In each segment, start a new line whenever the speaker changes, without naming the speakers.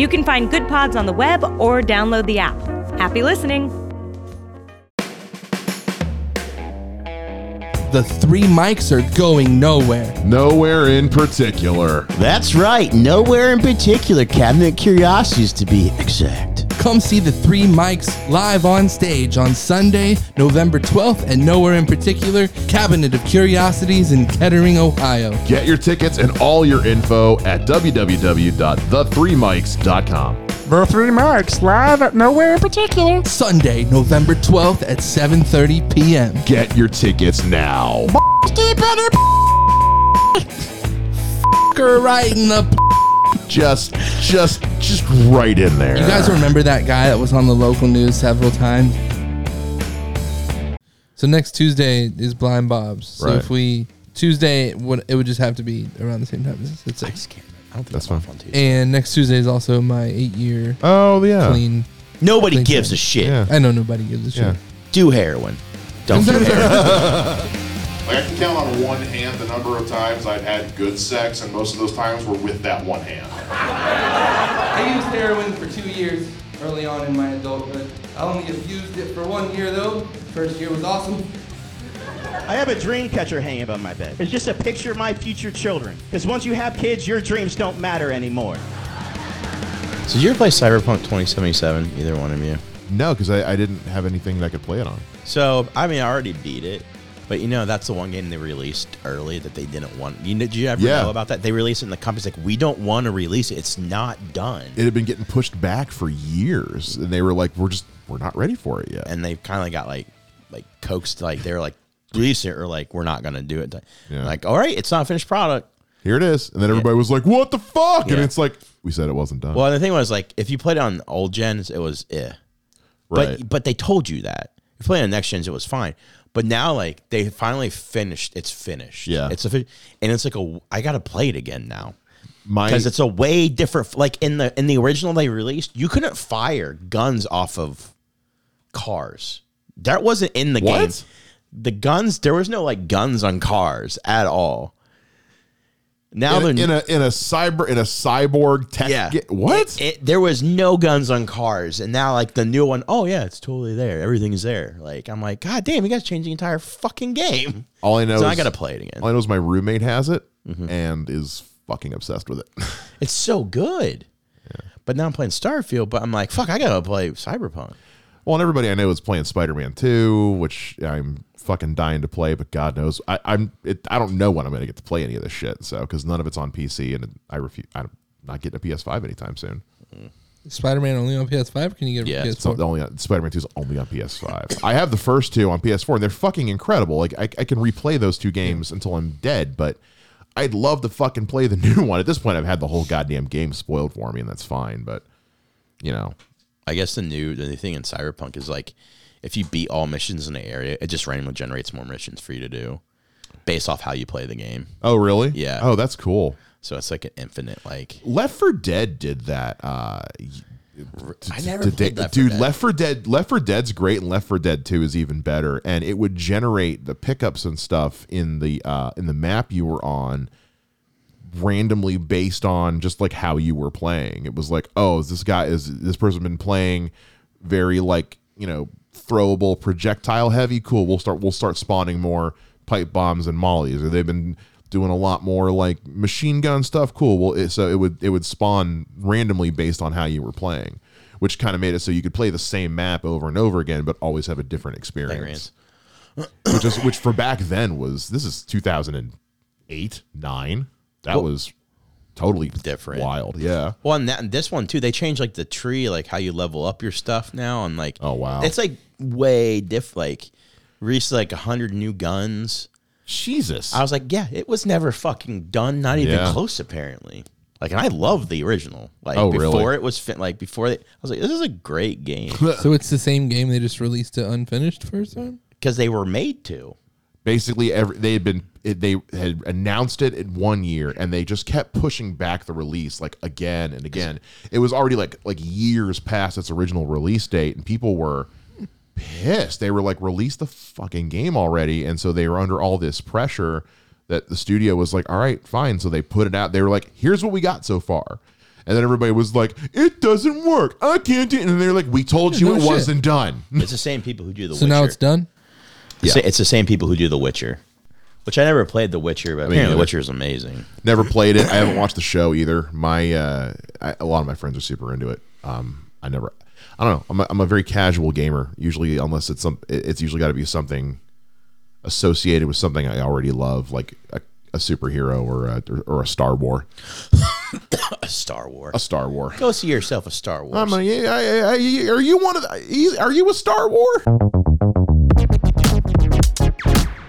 You can find Good Pods on the web or download the app. Happy listening!
The three mics are going nowhere.
Nowhere in particular.
That's right. Nowhere in particular. Cabinet Curiosities, to be exact.
Come see the three mics live on stage on Sunday, November 12th at Nowhere in Particular, Cabinet of Curiosities in Kettering, Ohio.
Get your tickets and all your info at www.the3mics.com.
The Three Mics live at nowhere in particular.
Sunday, November 12th at 7:30 p.m.
Get your tickets now.
Fucker right in the p-
Just, just, just right in there.
You guys remember that guy that was on the local news several times? So next Tuesday is Blind Bob's. So
Right.
if we Tuesday would it would just have to be around the same time as it's six.
That's fine.
And next Tuesday is also my eight year
Oh, yeah.
clean.
Nobody
Thank
gives
you.
a shit.
Yeah.
I know nobody gives a shit.
Yeah.
Do heroin. Don't do heroin.
Like I can count on one hand the number of times I've had good sex, and most of those times were with that one hand.
I used heroin for two years early on in my adulthood. I only abused it for one year though. First year was awesome.
I have a dream catcher hanging above my bed. It's just a picture of my future children. Because once you have kids, your dreams don't matter anymore.
So did you ever play Cyberpunk 2077? Either one of you.
No, because I, I didn't have anything that I could play it on.
So I mean, I already beat it, but you know that's the one game they released early that they didn't want. You know, did you ever
Yeah.
know about that? They released it, and the company's like, we don't want to release it. It's not done.
It had been getting pushed back for years, and they were like, "We're just, we're not ready for it yet."
and they kind of got like like coaxed like they were like release it or like we're not gonna do it
Yeah.
like all right it's not a finished product
Here it is, and then everybody was like, "What the fuck?" And
Yeah.
it's like, we said it wasn't done.
well and the thing was like if you played on old gens it was eh
right?
but but they told you that if you played on next gens it was fine but now like they finally finished it's finished
Yeah.
it's a fi- and it's like a I gotta play it again now
My
because it's a way different like in the in the original they released you couldn't fire guns off of cars that wasn't in the
What?
game the guns there was no like guns on cars at all now
in, a-
they're
in a in a cyber in a cyborg tech.
yeah
ga- what?
It- it- there was no guns on cars and now like the new one oh yeah it's totally there everything's there like i'm like god damn you guys changed the entire fucking game
all I know.
so
is,
i gotta play it again Mm-hmm.
All I know is my roommate has it and is fucking obsessed with it.
it's so good but now i'm playing starfield but i'm like fuck i gotta play cyberpunk
well, and everybody I know is playing Spider Man Two, which I'm fucking dying to play, but God knows I, I'm it, I don't know when I'm gonna get to play any of this shit. So because none of it's on PC, and I refuse. I'm not getting a PS5 anytime soon.
Spider Man only on PS5? Can you get
Yeah,
a
It's not
PS4?
only Spider Man Two is only on PS5. I have the first two on PS4, and they're fucking incredible. Like I, I can replay those two games until I'm dead, but I'd love to fucking play the new one. At this point, I've had the whole goddamn game spoiled for me, and that's fine. But you know,
I guess the new the new thing in Cyberpunk is like if you beat all missions in the area, it just randomly generates more missions for you to do based off how you play the game.
oh really?
Yeah.
Oh, that's cool.
So it's like an infinite like
Left for Dead did that. Uh,
I never
did
played
they-
Left 4
dude,
Dead.
Left for Dead, Left for Dead's great, and Left for Dead Two is even better. And it would generate the pickups and stuff in the uh, in the map you were on randomly based on just like how you were playing. It was like, oh, this guy is this person been playing very like you know throwable projectile heavy. Cool, we'll start we'll start spawning more pipe bombs and mollies. Or they've been doing a lot more like machine gun stuff. Cool. Well, it, so it would it would spawn randomly based on how you were playing, which kind of made it so you could play the same map over and over again, but always have a different experience. which is which for back then was this is two thousand and eight nine. That was totally
Different.
wild. Yeah.
Well, and, that, and this one too, they changed like the tree, like how you level up your stuff now, and like
Oh, wow.
it's like way diff. Like reached like a hundred new guns.
Jesus.
I was like, yeah, it was never fucking done, not even
Yeah.
close. Apparently, Like, and I love the original. Like
Oh, really?
before it was fin- like before they, I was like, this is a great game
So it's the same game they just released to unfinished first time.
because they were made to.
Basically, every they had been it, they had announced it in one year, and they just kept pushing back the release like again and again. It was already like like years past its original release date, and people were pissed. They were like, "Release the fucking game already!" And so they were under all this pressure that the studio was like, "All right, fine." So they put it out. They were like, "Here's what we got so far." And then everybody was like, "It doesn't work. I can't do." it." And they're like, "We told you
no
it
shit.
wasn't done."
It's the same people who do the.
So
Witcher.
now it's done.
It's, the- it's the same people who do The Witcher, which I never played The Witcher, but I mean, The Witcher is amazing.
Never played it. I haven't watched the show either. My uh, I, a lot of my friends are super into it. Um, I never. I don't know. I'm a, I'm a very casual gamer. Usually, unless it's some, it- it's usually got to be something associated with something I already love, like a, a superhero or a or, or a Star War.
A Star Wars.
A Star War.
Go see yourself a Star Wars.
I'm a, I, I, I, are you one of the, are you a Star War?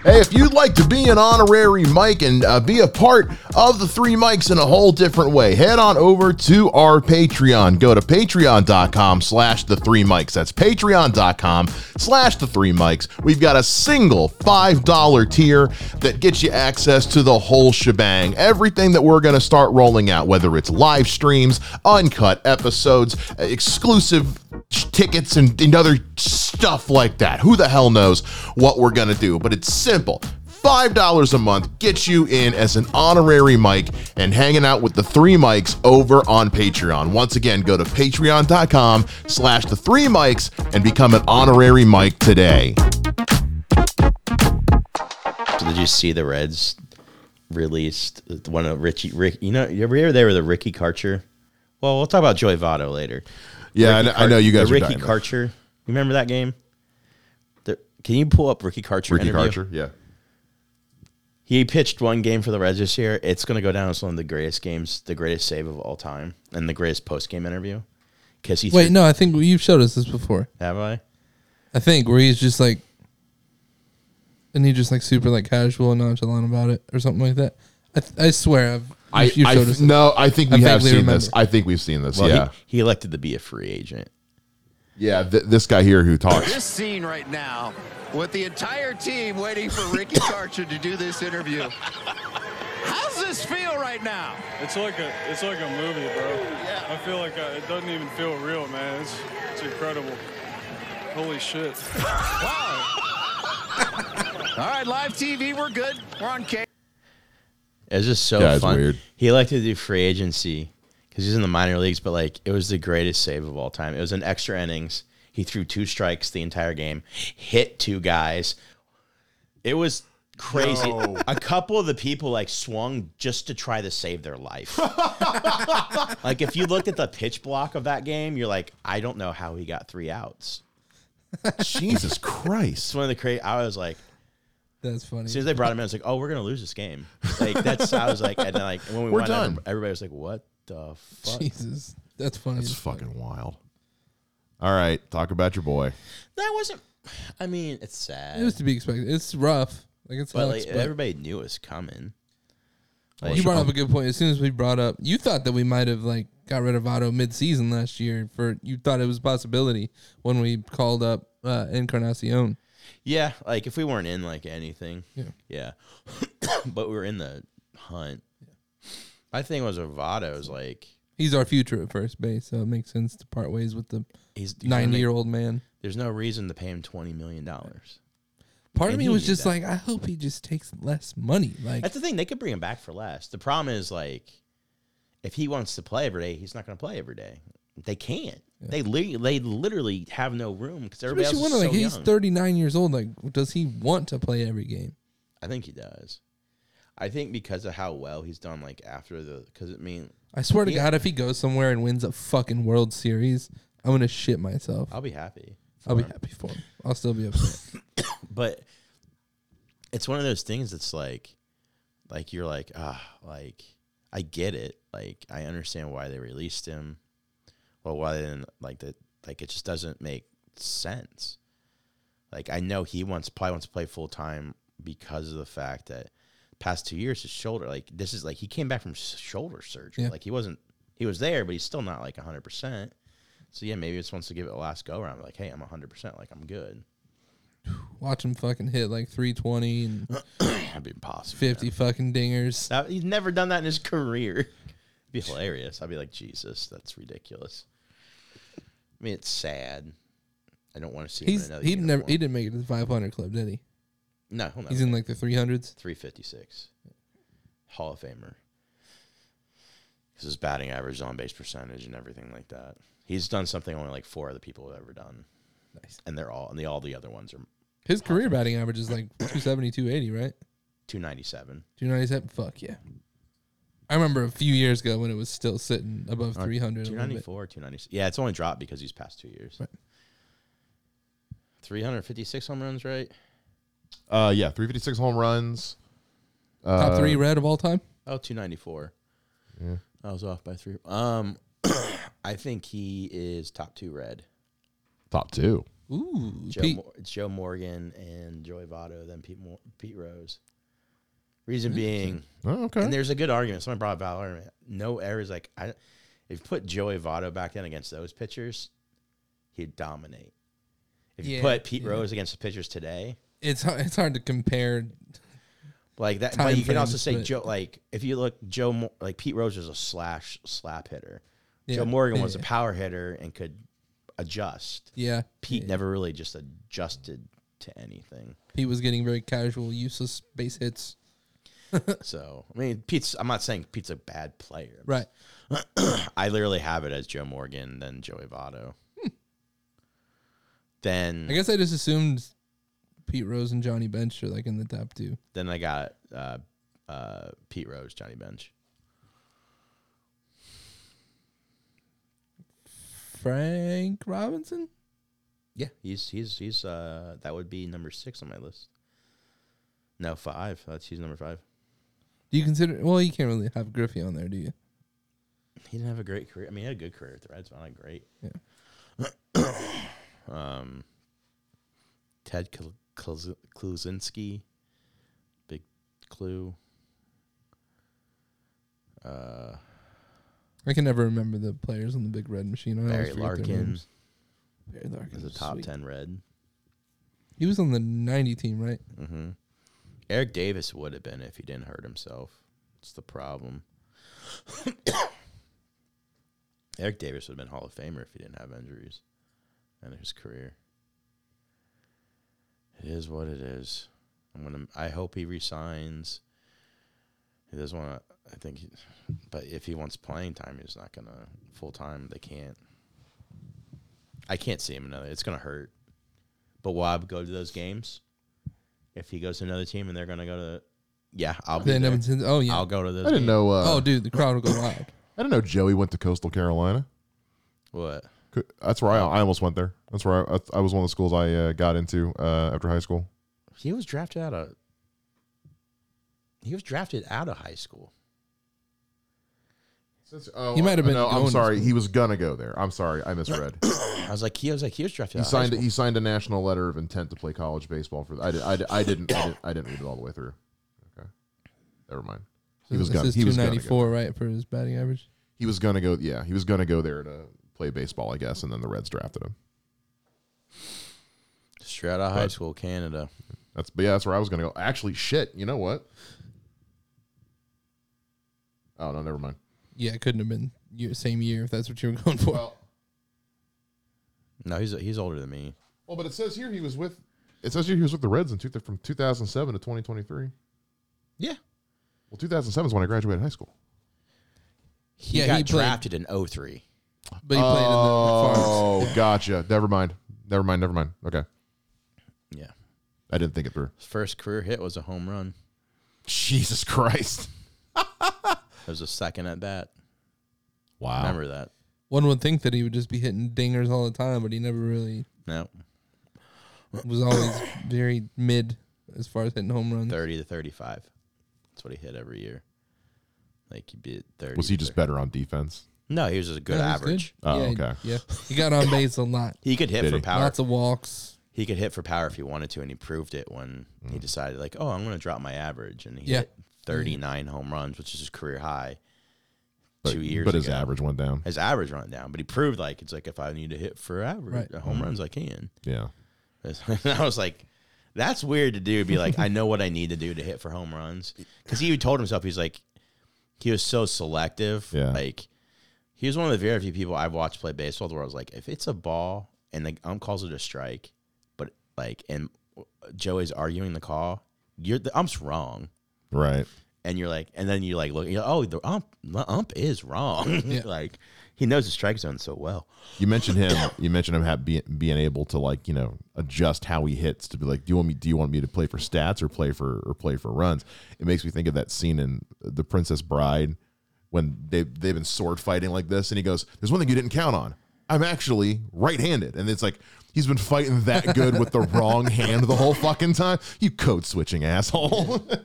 Hey, if you'd like to be an honorary mic and uh, be a part of the three mics in a whole different way, head on over to our Patreon. Go to patreon.com slash the three mics. That's patreon.com slash the three mics. We've got a single $5 tier that gets you access to the whole shebang. Everything that we're going to start rolling out, whether it's live streams, uncut episodes, uh, exclusive tickets and, and other stuff like that. Who the hell knows what we're going to do? But it's simple. $5 a month gets you in as an honorary mic and hanging out with the three mics over on Patreon. Once again, go to patreon.com slash the three mics and become an honorary mic today. Ah.
Did you see the Reds released one of Richie? Rick, you know, you ever hear they were the Ricky Karcher? Well, we'll talk about Joey Votto later.
Yeah, I,
Ricky
kn- I know you
Kar-
guys
the
are
Ricky
dying.
Karcher. You remember that game? The- can you pull up Ricky Karcher?
Ricky
interview?
Karcher, yeah.
He pitched one game for the Reds this year. It's going to go down as one of the greatest games, the greatest save of all time, and the greatest post game interview. Because he
Wait,
threw-
no, I think you've showed us this before.
have I?
I think where he's just like, and he just like super like casual and nonchalant about it or something like that. I, th- I swear I've
I,
you've
I
showed us. it.
no, I think
I
we have
vaguely
seen
remember.
this. I think we've seen this.
Well,
yeah,
he, he elected to be a free agent.
yeah. Th- this guy here who talks.
This scene right now, with the entire team waiting for Ricky Karcher to do this interview. How's this feel right now?
It's like a it's like a movie, bro. I feel like I, it doesn't even feel real, man. It's it's incredible. Holy shit.
All right, live TV, we're good. We're on K.
It was just so
Yeah, it's
fun.
weird.
He elected to do free agency because he's in the minor leagues, but like it was the greatest save of all time. It was in extra innings. He threw two strikes the entire game, hit two guys. It was crazy. A couple of the people like swung just to try to save their life. like if you looked at the pitch block of that game, you're like, I don't know how he got three outs.
Jesus Christ!
It's one of the crazy. I was like,
That's funny.
as soon as they brought him in, I was like, "Oh, we're gonna lose this game." Like that's I was like, and then like when we
We're
won,
done.
every- Everybody was like, "What the fuck?"
Jesus, that's funny.
It's
as fuck.
fucking wild. All right, talk about your boy.
That wasn't. I mean, it's sad,
It was to be expected. It's rough. Like it's
but
Alex,
like
but
everybody knew it was coming. Like,
you brought up a good point. As soon as we brought up, you thought that we might have like got rid of Otto mid-season last year. For you thought it was a possibility when we called up uh, Encarnacion.
yeah, like if we weren't in like anything, yeah, but we were in the hunt. My thing was Ovato's like
He's our future at first base, so it makes sense to part ways with the
he's you know, like,
ninety-year-old man.
There's no reason to pay him twenty million dollars.
Part of
And
me
he
was
knew
just
that.
like, I hope he just takes less money. Like,
That's the thing; they could bring him back for less. The problem is like, if he wants to play every day, he's not going to play every day. They can't. They li- they literally have no room because everybody
makes
else
you
is
wonder,
so
like, he's
young.
thirty-nine years old. Like, does he want to play every game?
I think he does. I think because of how well he's done, like after the, because I mean,
I swear to
Yeah.
God, if he goes somewhere and wins a fucking World Series, I'm gonna shit myself.
I'll be happy.
I'll be happy for him. I'll still be upset.
But it's one of those things that's like, like you're like ah, like I get it. Like I understand why they released him. Well, why they didn't like that? Like it just doesn't make sense. Like I know he wants probably wants to play full time because of the fact that past two years, his shoulder, like this is like he came back from s- shoulder surgery.
Yeah.
Like he wasn't, he was there, but he's still not like 100%. So yeah, maybe it's wants to give it a last go around. Like, hey, I'm 100%. Like I'm good.
Watch him fucking hit like 320 and
That'd be impossible.
50 fucking dingers.
That, he's never done that in his career. It'd be hilarious. I'd be like, Jesus, that's ridiculous. I mean, it's sad. I don't want to see
He's
him in another.
he never
uniform.
he didn't make it to the 500 club, did he?
No, he'll never
He's
get
in like the 300s.
356. Hall of Famer. Because his batting average, on base percentage, and everything like that. He's done something only like four other people have ever done.
Nice.
And they're all, and the, all the other ones are
His career batting average is like 270, 280, right?
297.
297. Fuck yeah. I remember a few years ago when it was still sitting above
Uh,
300. a little bit.
294, 296. Yeah, it's only dropped because he's past two years. 356 home runs, right?
Uh, yeah, 356 home runs. Uh,
Top
Uh,
three red of all time.
Oh, 294. Yeah. I was off by three. Um, I think he is top two red.
Top two.
Ooh,
Joe,
Pete.
Mor- it's Joe Morgan and Joey Votto, then Pete, Mor- Pete Rose. Reason being,
Oh, okay.
and there's a good argument. Someone brought up valid argument. No errors. Like, I, if you put Joey Votto back then against those pitchers, he'd dominate. If you
Yeah,
put Pete
yeah.
Rose against the pitchers today,
It's hard, it's hard to compare.
like that,
Time
but you can
frame
also
is
say
split.
Joe. Like if you look, Joe, Mo- like Pete Rose was a slash slap hitter.
Yeah.
Joe Morgan was a
Yeah.
power hitter and could adjust.
Yeah,
Pete
Yeah.
never really just adjusted to anything.
Pete was getting very casual, useless base hits.
So I mean, Pete's. I'm not saying Pete's a bad player. I'm
Right.
I literally have it as Joe Morgan, then Joey Votto. then
Hmm. I guess I just assumed Pete Rose and Johnny Bench are like in the top two.
then I got uh, uh, Pete Rose, Johnny Bench.
Frank Robinson.
Yeah, he's he's he's uh that would be number six on my list. No, five. That's he's number five.
Do you consider? Well, you can't really have Griffey on there, do you?
He didn't have a great career. I mean, he had a good career at the Reds, but not great.
Yeah.
um, Ted Kl- Kluz- Kluzinski, Big Clue. Uh,
I can never remember the players on the Big Red Machine. I always
Barry
forget their
Larkin
names. Barry Larkin
is a
was
top
sweet.
ten red.
He was on the '90 team, right?
hmm Eric Davis would have been if he didn't hurt himself. It's the problem. Eric Davis would have been Hall of Famer if he didn't have injuries and his career. It is what it is. I'm gonna. I hope he resigns. He doesn't want to. I think, he, but if he wants playing time, he's not gonna full time. They can't. I can't see him another. It's gonna hurt. But Wob go to those games. If he goes to another team and they're gonna go to, yeah, I'll be.
Then
there.
Evanston. Oh yeah.
I'll go to those.
I didn't
games.
know. Uh,
oh dude, the crowd will go wild.
I didn't know Joey went to Coastal Carolina.
what.
Co- That's where I, I almost went there. That's where I, I was one of the schools I uh, got into uh, after high school.
He was drafted out of. He was drafted out of high school.
oh,
He might have been
No,
going
I'm
to
sorry.
school.
He was gonna go there. I'm sorry. I misread.
I was like, he was like he was
he
drafted. out of high
signed.
school.
He signed a national letter of intent to play college baseball for. I, did, I, did, I didn't. I, did, I didn't read it all the way through. Okay, never mind. He was
this
gonna.
is
He was gonna go.
294, right, for his batting average.
He was gonna go. Yeah, he was gonna go there to play baseball, I guess. And then the Reds drafted him.
straight out of high school, Canada.
That's but yeah, that's where I was gonna go. Actually, shit. You know what? Oh no, never mind.
Yeah, it couldn't have been year, same year if that's what you were going for.
Well,
No, he's he's older than me.
well, but it says here he was with. It says here he was with the Reds in two, from 2007 to 2023.
Yeah,
Well, 2007 is when I graduated high school.
he
Yeah,
got
he played-
drafted in 03.
but he played in the farms.
Oh, gotcha. Never mind. Never mind. Never mind. Okay,
Yeah,
I didn't think it through.
his first career hit was a home run.
Jesus Christ!
It was a second at bat.
Wow.
Remember that?
One would think that he would just be hitting dingers all the time, but he never really
No,
was always very mid as far as hitting home runs.
30 to 35. That's what he hit every year. Like he beat 30.
Was he just
better?
better on defense?
No, he was just a good
Yeah, he's
average.
Oh,
yeah,
okay.
Yeah, he got on base a lot,
He could hit
Did
for
he?
power.
lots of walks.
he
Mm.
could hit for power if he wanted to, and he proved it when he decided, like, oh, I'm going to drop my average, and he
Yeah.
hit 39 home runs, which is his career high.
But,
two years
but his
ago.
average went down.
His average run down, but he proved like it's like if I need to hit for average
Right.
Mm-hmm.
home runs, I can.
Yeah.
And I was like, that's weird to do. Be like, I know what I need to do to hit for home runs. Because he told himself, he's like, he was so selective.
Yeah.
Like, he was one of the very few people I've watched play baseball where I was like, if it's a ball and the ump calls it a strike, but like, and Joey's arguing the call, you're the ump's wrong.
Right.
And you're like, and then you like look, you're like, oh, the ump, the ump is wrong. like, he knows the strike zone so well.
You mentioned him. You mentioned him ha- be, being able to like you know adjust how he hits to be like, do you want me? Do you want me to play for stats or play for or play for runs? It makes me think of that scene in The Princess Bride when they they've been sword fighting like this, and he goes, "There's one thing you didn't count on. I'm actually right-handed," and it's like he's been fighting that good with the wrong hand the whole fucking time. You code switching asshole.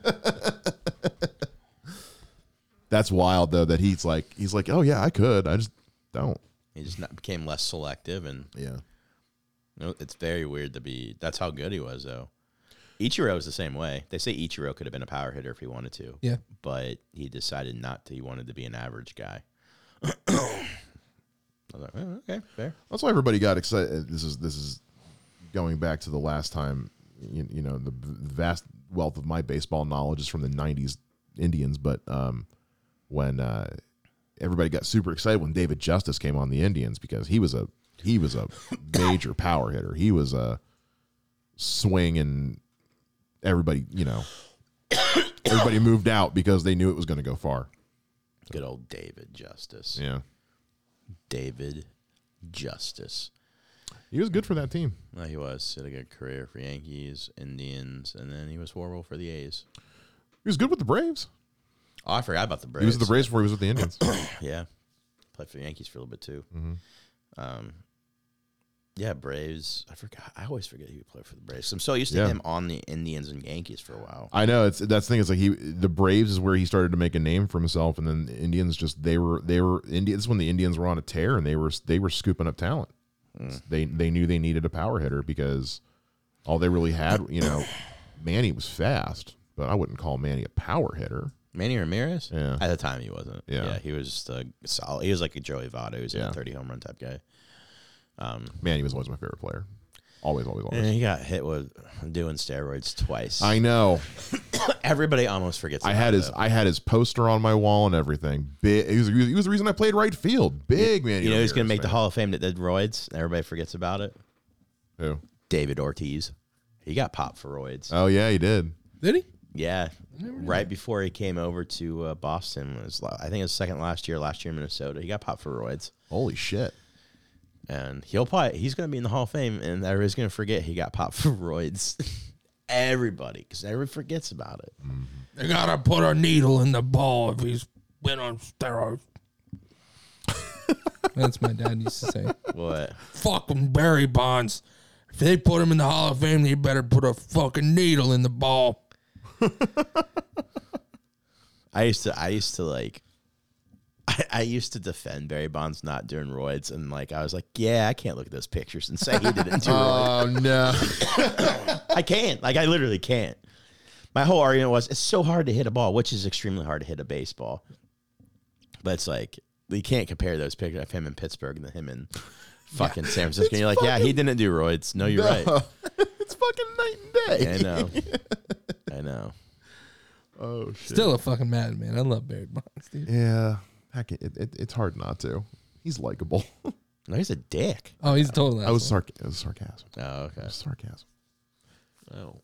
That's wild though that he's like he's like, oh yeah, I could. I just don't.
He just not, became less selective and
Yeah.
No, it's very weird to be. That's how good he was, though. Ichiro was the same way. They say Ichiro could have been a power hitter if he wanted to.
Yeah.
But he decided not to. He wanted to be an average guy. I was like, "Oh, okay, fair.
That's why everybody got excited. This is this is going back to the last time. You, you know, the v- vast wealth of my baseball knowledge is from the '90s Indians, but um, when uh, everybody got super excited when David Justice came on the Indians because he was a he was a major power hitter. He was a swing and everybody, you know, everybody moved out because they knew it was going to go far.
Good old David Justice.
Yeah,
David Justice.
he was good for that team.
Well, he was. He had a good career for Yankees, Indians, and then he was horrible for the A's.
He was good with the Braves.
Oh, I forgot about the Braves.
He was with the Braves before he was with the Indians.
Yeah, played for the Yankees for a little bit too.
Mm-hmm.
Um, yeah, Braves. I forgot. I always forget he played for the Braves. I'm so used to
Yeah.
him on the Indians and Yankees for a while.
I know it's that's the thing. It's like he the Braves is where he started to make a name for himself, and then the Indians just they were they were Indians when the Indians were on a tear, and they were they were scooping up talent.
Hmm.
They they knew they needed a power hitter because all they really had, you know, Manny was fast, but I wouldn't call Manny a power hitter.
Manny Ramirez.
Yeah.
At the time, he wasn't.
Yeah.
he was just a solid. He was like a Joey Votto. He was
Yeah.
a 30 home run type guy.
Manny was always my favorite player, always always always.
And he got hit with doing steroids twice.
I know.
Everybody almost forgets.
I
about
had his
that.
I had his poster on my wall and everything. Big. He was, he was the reason I played right field. Big Manny.
You know who's gonna
Ramirez,
make the
man.
Hall of Fame that did roids? Everybody forgets about it.
Who?
David Ortiz. He got popped for roids.
Oh yeah, he did.
Did he?
Yeah, right before he came over to uh, Boston was la- I think it was second last year, last year in Minnesota. He got popped for roids,
Holy shit.
and he'll probably he's going to be in the Hall of Fame, and everybody's going to forget he got popped for roids. Everybody, because everybody forgets about it.
They gotta put a needle in the ball if he's been on steroids. That's my dad used to say.
What?
Fucking Barry Bonds. If they put him in the Hall of Fame, they better put a fucking needle in the ball.
I used to, I used to like, I, I used to defend Barry Bonds not doing roids, and like I was like, yeah, I can't look at those pictures and say he didn't do roids.
Oh no.
I can't. Like I literally can't. My whole argument was it's so hard to hit a ball, which is extremely hard to hit a baseball. But it's like you can't compare those pictures of him in Pittsburgh and then him in fucking San Francisco. And you're like, yeah, he didn't do roids. No, you're right.
it's fucking night and
I know. I know.
Oh shit.
Still a fucking madman. I love Barry Bonds, dude.
Yeah. Heck, it, it, it's hard not to. He's likable.
No, he's a dick.
Oh, he's a total
I
asshole.
was, sarc- it was sarcasm.
Oh, okay.
It was sarcasm.
Oh.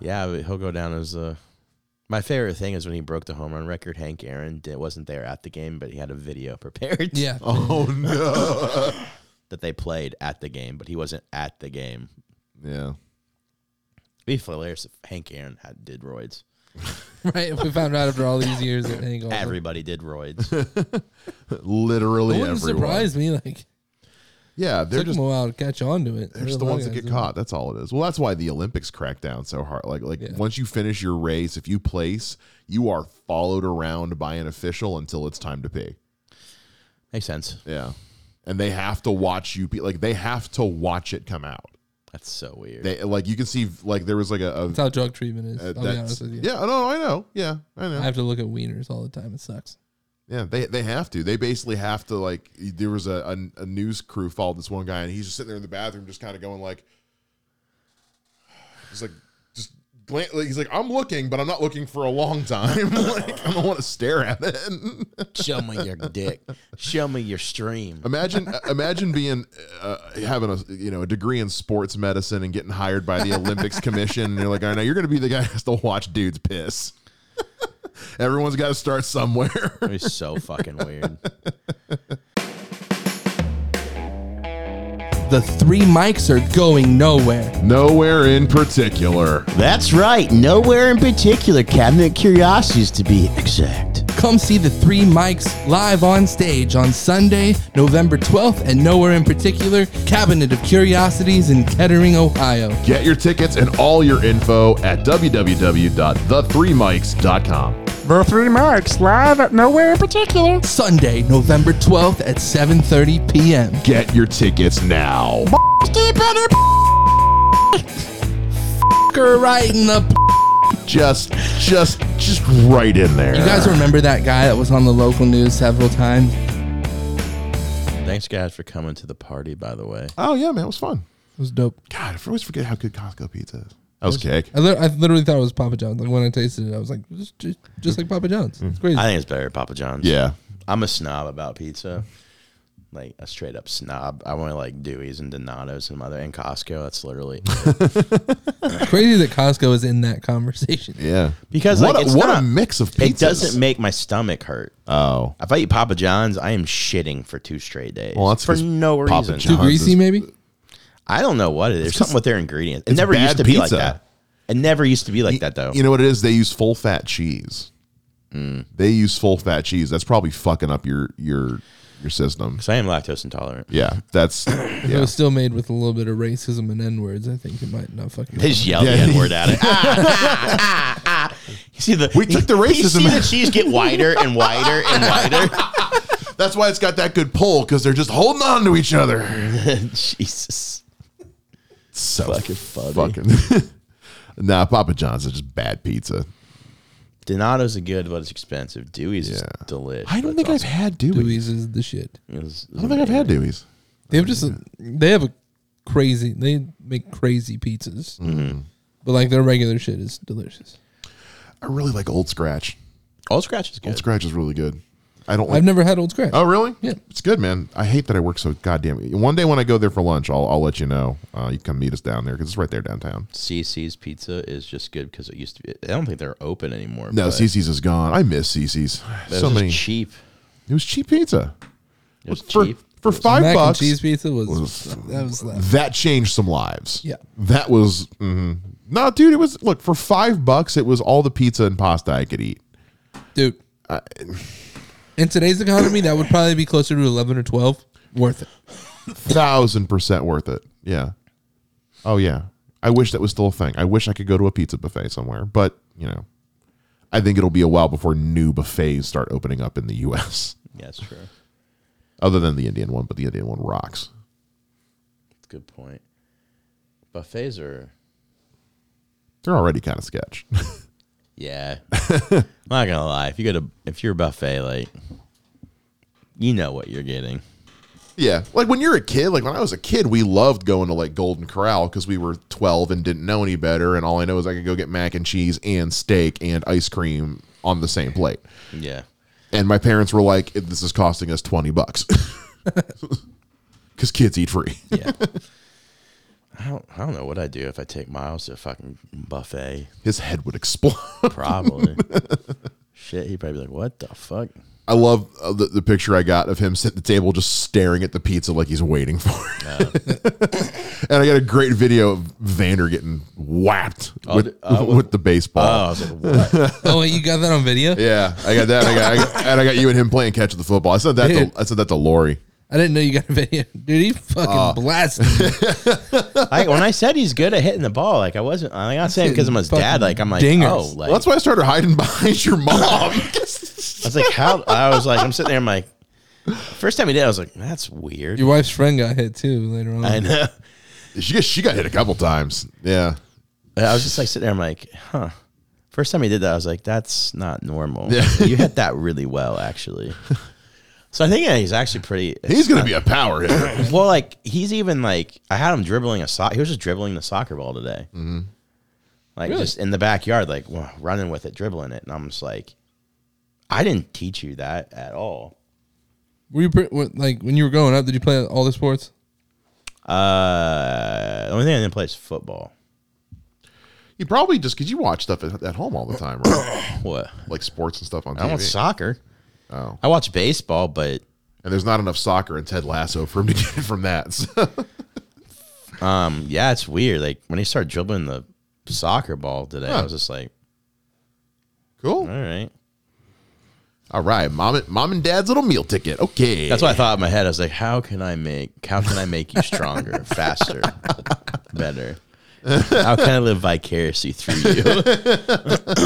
Yeah, but he'll go down as a. My favorite thing is when he broke the home run record. Hank Aaron did, wasn't there at the game, but he had a video prepared.
yeah.
Oh no.
that they played at the game, but he wasn't at the game.
yeah.
Be hilarious if Hank Aaron had did roids.
Right? If we found out after all these years that Hank Aaron-
Everybody did roids.
It
Literally
wouldn't
everyone.
surprise me. Like,
Yeah, they're
took
just
him a while to catch on to it.
they're just the ones that get caught. That's all it is. Well, that's why the Olympics crack down so hard. Like like
Yeah.
once you finish your race, if you place, you are followed around by an official until it's time to pee.
Makes sense.
Yeah. And they have to watch you pee. Like they have to watch it come out.
That's so weird.
They like you can see like there was like a, a-
That's how drug treatment is.
a-
I'll be
Uh, that's-
honest with you.
Oh, yeah. No, I know. Yeah, I know.
I have to look at wieners all the time. It sucks.
Yeah, they they have to. They basically have to like. There was a, a a news crew followed this one guy, and he's just sitting there in the bathroom, just kind of going like, just like just glan- like, he's like, I'm looking, but I'm not looking for a long time. like I don't want to stare at it.
Show me your dick. Show me your stream.
imagine imagine being uh, having a you know a degree in sports medicine and getting hired by the Olympics Commission, and you're like, I know you're going to be the guy who has to watch dudes piss. Everyone's got to start somewhere.
It was so fucking weird.
The three mics are going nowhere.
Nowhere in particular.
That's right. Nowhere in particular. Cabinet Curiosities, to be exact.
Come see the three mics live on stage on Sunday, November 12th at Nowhere in Particular, Cabinet of Curiosities in Kettering, Ohio.
Get your tickets and all your info at www.the3mics.com.
The Three Mics live at nowhere in particular.
Sunday, November 12th at 7:30 p.m.
Get your tickets now.
Fucker right in the
Just, just, just right in there.
You guys remember that guy that was on the local news several times? It
Thanks, guys, for coming to the party, by the way.
Oh yeah, man, it was fun.
was dope.
God, I always forget how good Costco pizza is. That was cake.
I, li- I literally thought it was Papa John's. Like when I tasted it, I was like, just, just, just like Papa John's.
Mm.
It's crazy.
I think it's better at Papa John's.
Yeah.
I'm a snob about pizza. Like a straight up snob. I want like Dewey's and Donato's and mother and Costco. That's literally
crazy that Costco is in that conversation.
Yeah.
because
what
like,
a,
it's
what a
not-
mix of pizzas.
It doesn't make my stomach hurt.
Oh.
If I eat Papa John's, I am shitting for two straight days.
Well, that's
for
'cause
no
Papa
reason.
Too
John's
greasy,
is-
maybe.
I don't know what it is. There's something with their ingredients. It
it's
never
bad
used to be like
pizza.
that. It never used to be like that though. Mm.
You know what it is? They use full fat cheese. They use full fat cheese. That's probably fucking up your your your system.
Because I am lactose intolerant.
Yeah. That's
If It
yeah.
was still made with a little bit of racism and n words. I think it might not fucking.
They just yell
Yeah.
the N word at it. Ah, ah, ah, ah. You see the
We took the
you- You
racism
see the
out.
cheese get wider and wider and wider.
That's why it's got that good pull because they're just holding on to each other.
Jesus.
So
Fucking funny.
Fucking. nah, Papa John's is just bad pizza.
Donato's a good, but it's expensive. Dewey's is
Yeah.
delicious.
I don't
but
think I've
it's
had Dewey's.
Dewey's is the shit.
Mm.
also- it's-
I don't think I've had Dewey's.
They have just. a- they have a crazy. They make crazy pizzas.
Mm.
But like their regular shit is delicious.
I really like Old Scratch.
Old Scratch is
Old
good.
Scratch is really good. I don't like.
I've never had Old Scratch.
oh, really?
Yeah.
It's good, man. I hate that I work so goddamn. One day when I go there for lunch, I'll, I'll let you know. Uh, you can come meet us down there because it's right there downtown.
CC's pizza is just good because it used to be. I don't think they're open anymore.
No,
but
CC's is gone. I miss CC's.
it was
So
just
many.
cheap.
It was cheap pizza.
It was
for,
cheap.
For five
Mac
bucks.
and cheese pizza was, that was left.
that changed some lives.
Yeah.
That was mhm. no, dude. It was look for five bucks. It was all the pizza and pasta I could eat.
dude. in today's economy, that would probably be closer to eleven or twelve. Worth it.
Thousand percent worth it. Yeah. Oh yeah. I wish that was still a thing. I wish I could go to a pizza buffet somewhere, but you know, I think it'll be a while before new buffets start opening up in the U.S.
Yeah, that's true.
Other than the Indian one, but the Indian one rocks.
Good point. Buffets are.
They're already kind of sketch.
Yeah. I'm not gonna lie. If you go to if you're a buffet, like you know what you're getting.
Yeah, like when you're a kid, like when I was a kid, we loved going to like Golden Corral because we were 12 and didn't know any better, and all I know is I could go get mac and cheese and steak and ice cream on the same plate.
Yeah.
And my parents were like, "This is costing us 20 bucks." Because kids eat free.
Yeah. I don't I don't know what I do if I take Miles to a fucking buffet.
His head would explode.
Probably. Shit, he'd probably be like, "What the fuck?"
I love uh, the, the picture I got of him sitting at the table just staring at the pizza like he's waiting for it. and I got a great video of Vander getting whacked with,
d- uh,
with, the baseball.
Oh, I was like, "What?"
Oh wait, you got that on video?
Yeah, I got that. I got, I got, and I got you and him playing catch with the football. I said that. To,
Dude.
I said that to Lori.
I didn't know you got a video, dude. He fucking
Ah.
blasted. me.
I, when I said he's good at hitting the ball, like I wasn't. I'm not saying because I'm his dad. Like I'm like,
Dingers.
oh, like
Well, that's why I started hiding behind your mom.
I was like, how? I was like, I'm sitting there. I'm like, first time he did, I was like, that's weird.
Your wife's friend got hit too later on.
I know.
She she got hit a couple times. Yeah.
And I was just like sitting there. I'm like, huh. First time he did that, I was like, that's not normal. you hit that really well, actually. So I think yeah, he's actually pretty.
He's gonna be a power hitter.
Well, like he's even like I had him dribbling a sock. He was just dribbling the soccer ball today, mm-hmm. like
Really?
just in the backyard, like wha- running with it, dribbling it, and I'm just like, I didn't teach you that at all.
Were you pre- what, like when you were growing up? Did you play all the sports?
Uh, the only thing I didn't play is football.
You probably just because you watch stuff at, at home all the time, right?
What?
like sports and stuff on
I don't
TV.
watch soccer.
Oh.
I watch baseball, but
and there's not enough soccer and Ted Lasso for him to get it from that. So-
um, yeah, it's weird. Like when he started dribbling the soccer ball today, I
Huh.
was just like,
cool.
all right.
All right, mom and mom and dad's little meal ticket. Okay,
That's what I thought in my head. I was like, how can I make how can I make you stronger, faster, better? How can I live vicariously through you?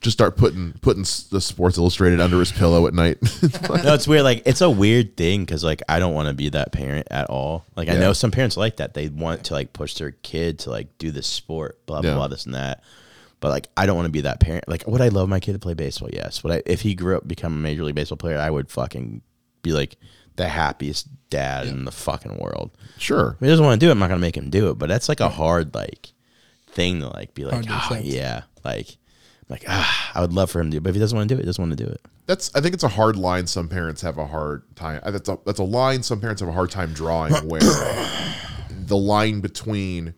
just start putting putting s- the Sports Illustrated under his pillow at night.
no, it's weird. Like it's a weird thing because like I don't want to be that parent at all. Like I
Yeah.
know some parents like that. They want to like push their kid to like do this sport, blah
Yeah.
blah this and that. But like I don't want to be that parent. Like would I love my kid to play baseball? Yes. Would I if he grew up become a major league baseball player? I would fucking be like the happiest dad in the fucking world.
sure,
If he doesn't want to do it, I'm not gonna make him do it. But that's like a hard like thing to like
Ah,
be like,
Hard to
oh,
accept.
yeah, like like ah, I would love for him to, but if he doesn't want to do it, he doesn't want to do it.
that's I think it's a hard line. Some parents have a hard time. uh, That's a that's a line. Some parents have a hard time drawing where the line between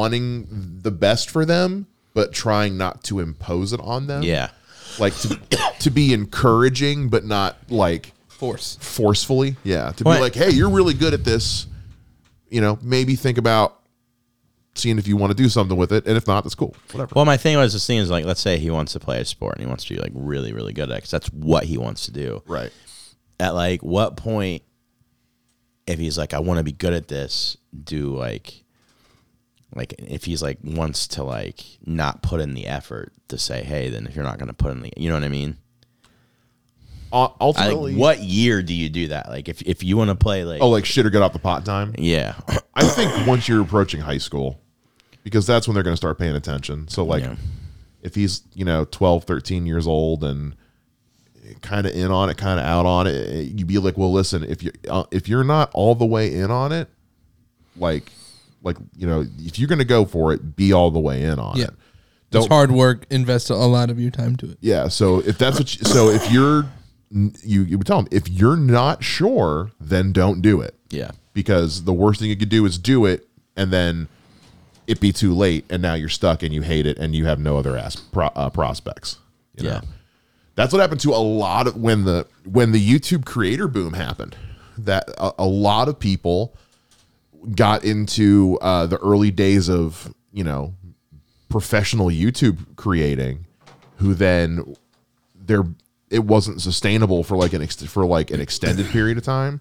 wanting the best for them but trying not to impose it on them.
Yeah.
like to, to be encouraging but not like
Force.
forcefully. Yeah, to
Well,
be like, hey, you're really good at this. You know, maybe think about seeing if you want to do something with it, and if not, that's cool. Whatever.
Well, my thing was this thing is like, let's say he wants to play a sport and he wants to be like really, really good at it because that's what he wants to do.
Right.
At like what point, if he's like, I want to be good at this, do like, like if he's like wants to like not put in the effort to say, hey, then if you're not going to put in the, you know what I mean?
Uh,
I,
ultimately,
like, what year do you do that? Like if if you want to play like,
Oh, like shit or get out the pot time.
yeah,
I think once you're approaching high school, because that's when they're going to start paying attention. So like,
Yeah.
if he's you know 12, 13 years old and kind of in on it, kind of out on it, eh, you'd be like, well, listen, if you uh, if you're not all the way in on it, like like you know, if you're going to go for it, be all the way in on
Yeah.
it. Don't
it's hard work. Invest a lot of your time to it.
yeah. So if that's what you, so if you're you you would tell them if you're not sure, then don't do it
yeah,
because the worst thing you could do is do it and then it be too late and now you're stuck and you hate it and you have no other ass pro, uh, prospects you know?
yeah.
that's what happened to a lot of when the when the youtube creator boom happened that a, a lot of people got into uh, the early days of you know professional youtube creating who then their it wasn't sustainable for like an ex- for like an extended period of time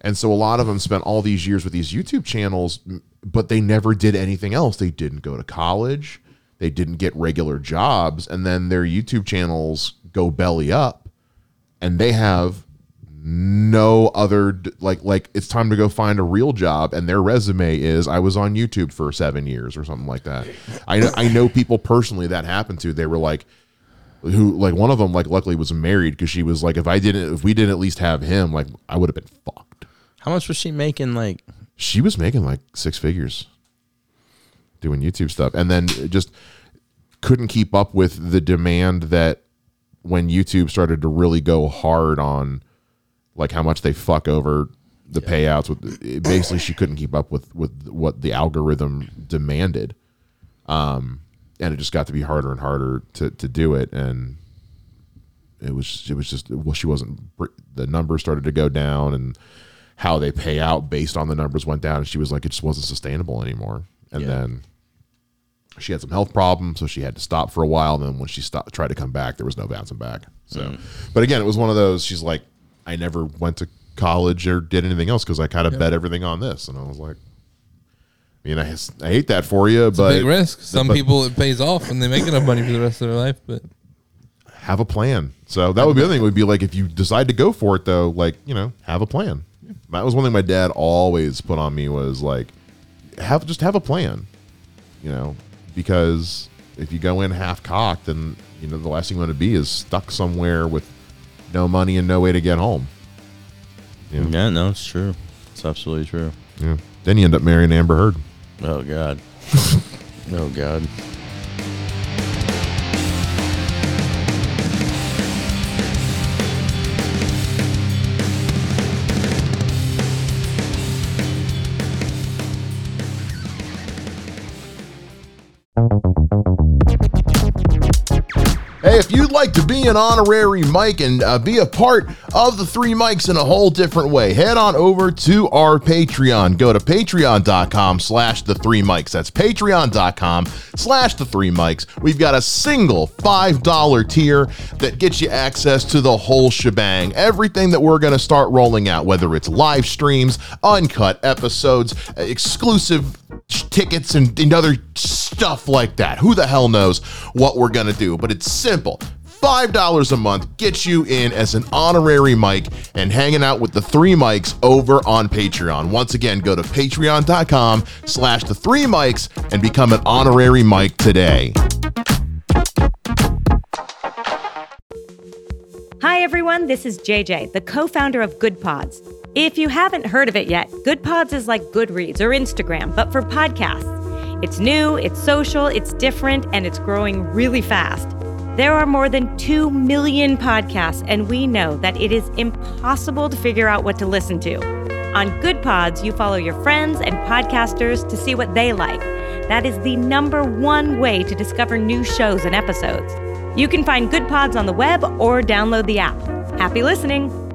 and so a lot of them spent all these years with these youtube channels m- but they never did anything else they didn't go to college they didn't get regular jobs and then their youtube channels go belly up and they have no other d- like like it's time to go find a real job and their resume is I was on YouTube for 7 years or something like that. I know I know people personally that happened to they were like who like one of them like luckily was married because she was like if I didn't if we didn't at least have him like I would have been fucked.
How much was she making? Like,
She was making like six figures doing YouTube stuff and then it just couldn't keep up with the demand that when YouTube started to really go hard on like how much they fuck over the payouts with it- basically she couldn't keep up with with what the algorithm demanded um and it just got to be harder and harder to to do it and it was it was just well she wasn't br- the numbers started to go down and how they pay out based on the numbers went down and she was like it just wasn't sustainable anymore and
Yeah.
then she had some health problems, so she had to stop for a while. And then when she stopped, tried to come back, there was no bouncing back. So,
Mm.
but again, it was one of those. She's like, I never went to college or did anything else because I kind of bet everything on this, and I was like, I mean, I, s- I hate that for you, but
Big risk. Some
but
people it pays off and they make enough money for the rest of their life. But
have a plan. So that would be the other thing. Would be like if you decide to go for it, though, like you know, have a plan. That was one thing my dad always put on me was like, have just have a plan, you know, because if you go in half cocked, then you know the last thing you want to be is stuck somewhere with no money and no way to get home.
Yeah, no, it's true. It's absolutely true.
Yeah. Then you end up marrying Amber Heard.
Oh God. oh God.
Hey, if you'd like to be an honorary mic and uh, be a part of the three mics in a whole different way, head on over to our Patreon. Go to patreon.com slash the three mics. That's patreon.com slash the three mics. We've got a single $5 tier that gets you access to the whole shebang. Everything that we're going to start rolling out, whether it's live streams, uncut episodes, uh, exclusive tickets and, and other stuff like that. Who the hell knows what we're going to do? But it's simple. $5 a month gets you in as an honorary mic and hanging out with the three mics over on Patreon. Once again, go to patreon.com slash the three mics and become an honorary mic today.
Hi, everyone. This is JJ, the co founder of Good Pods. If you haven't heard of it yet, Good Pods is like Goodreads or Instagram, but for podcasts. It's new, it's social, it's different, and it's growing really fast. There are more than 2 million podcasts, and we know that it is impossible to figure out what to listen to. On Good Pods, you follow your friends and podcasters to see what they like. That is the number one way to discover new shows and episodes. You can find Good Pods on the web or download the app. Happy listening!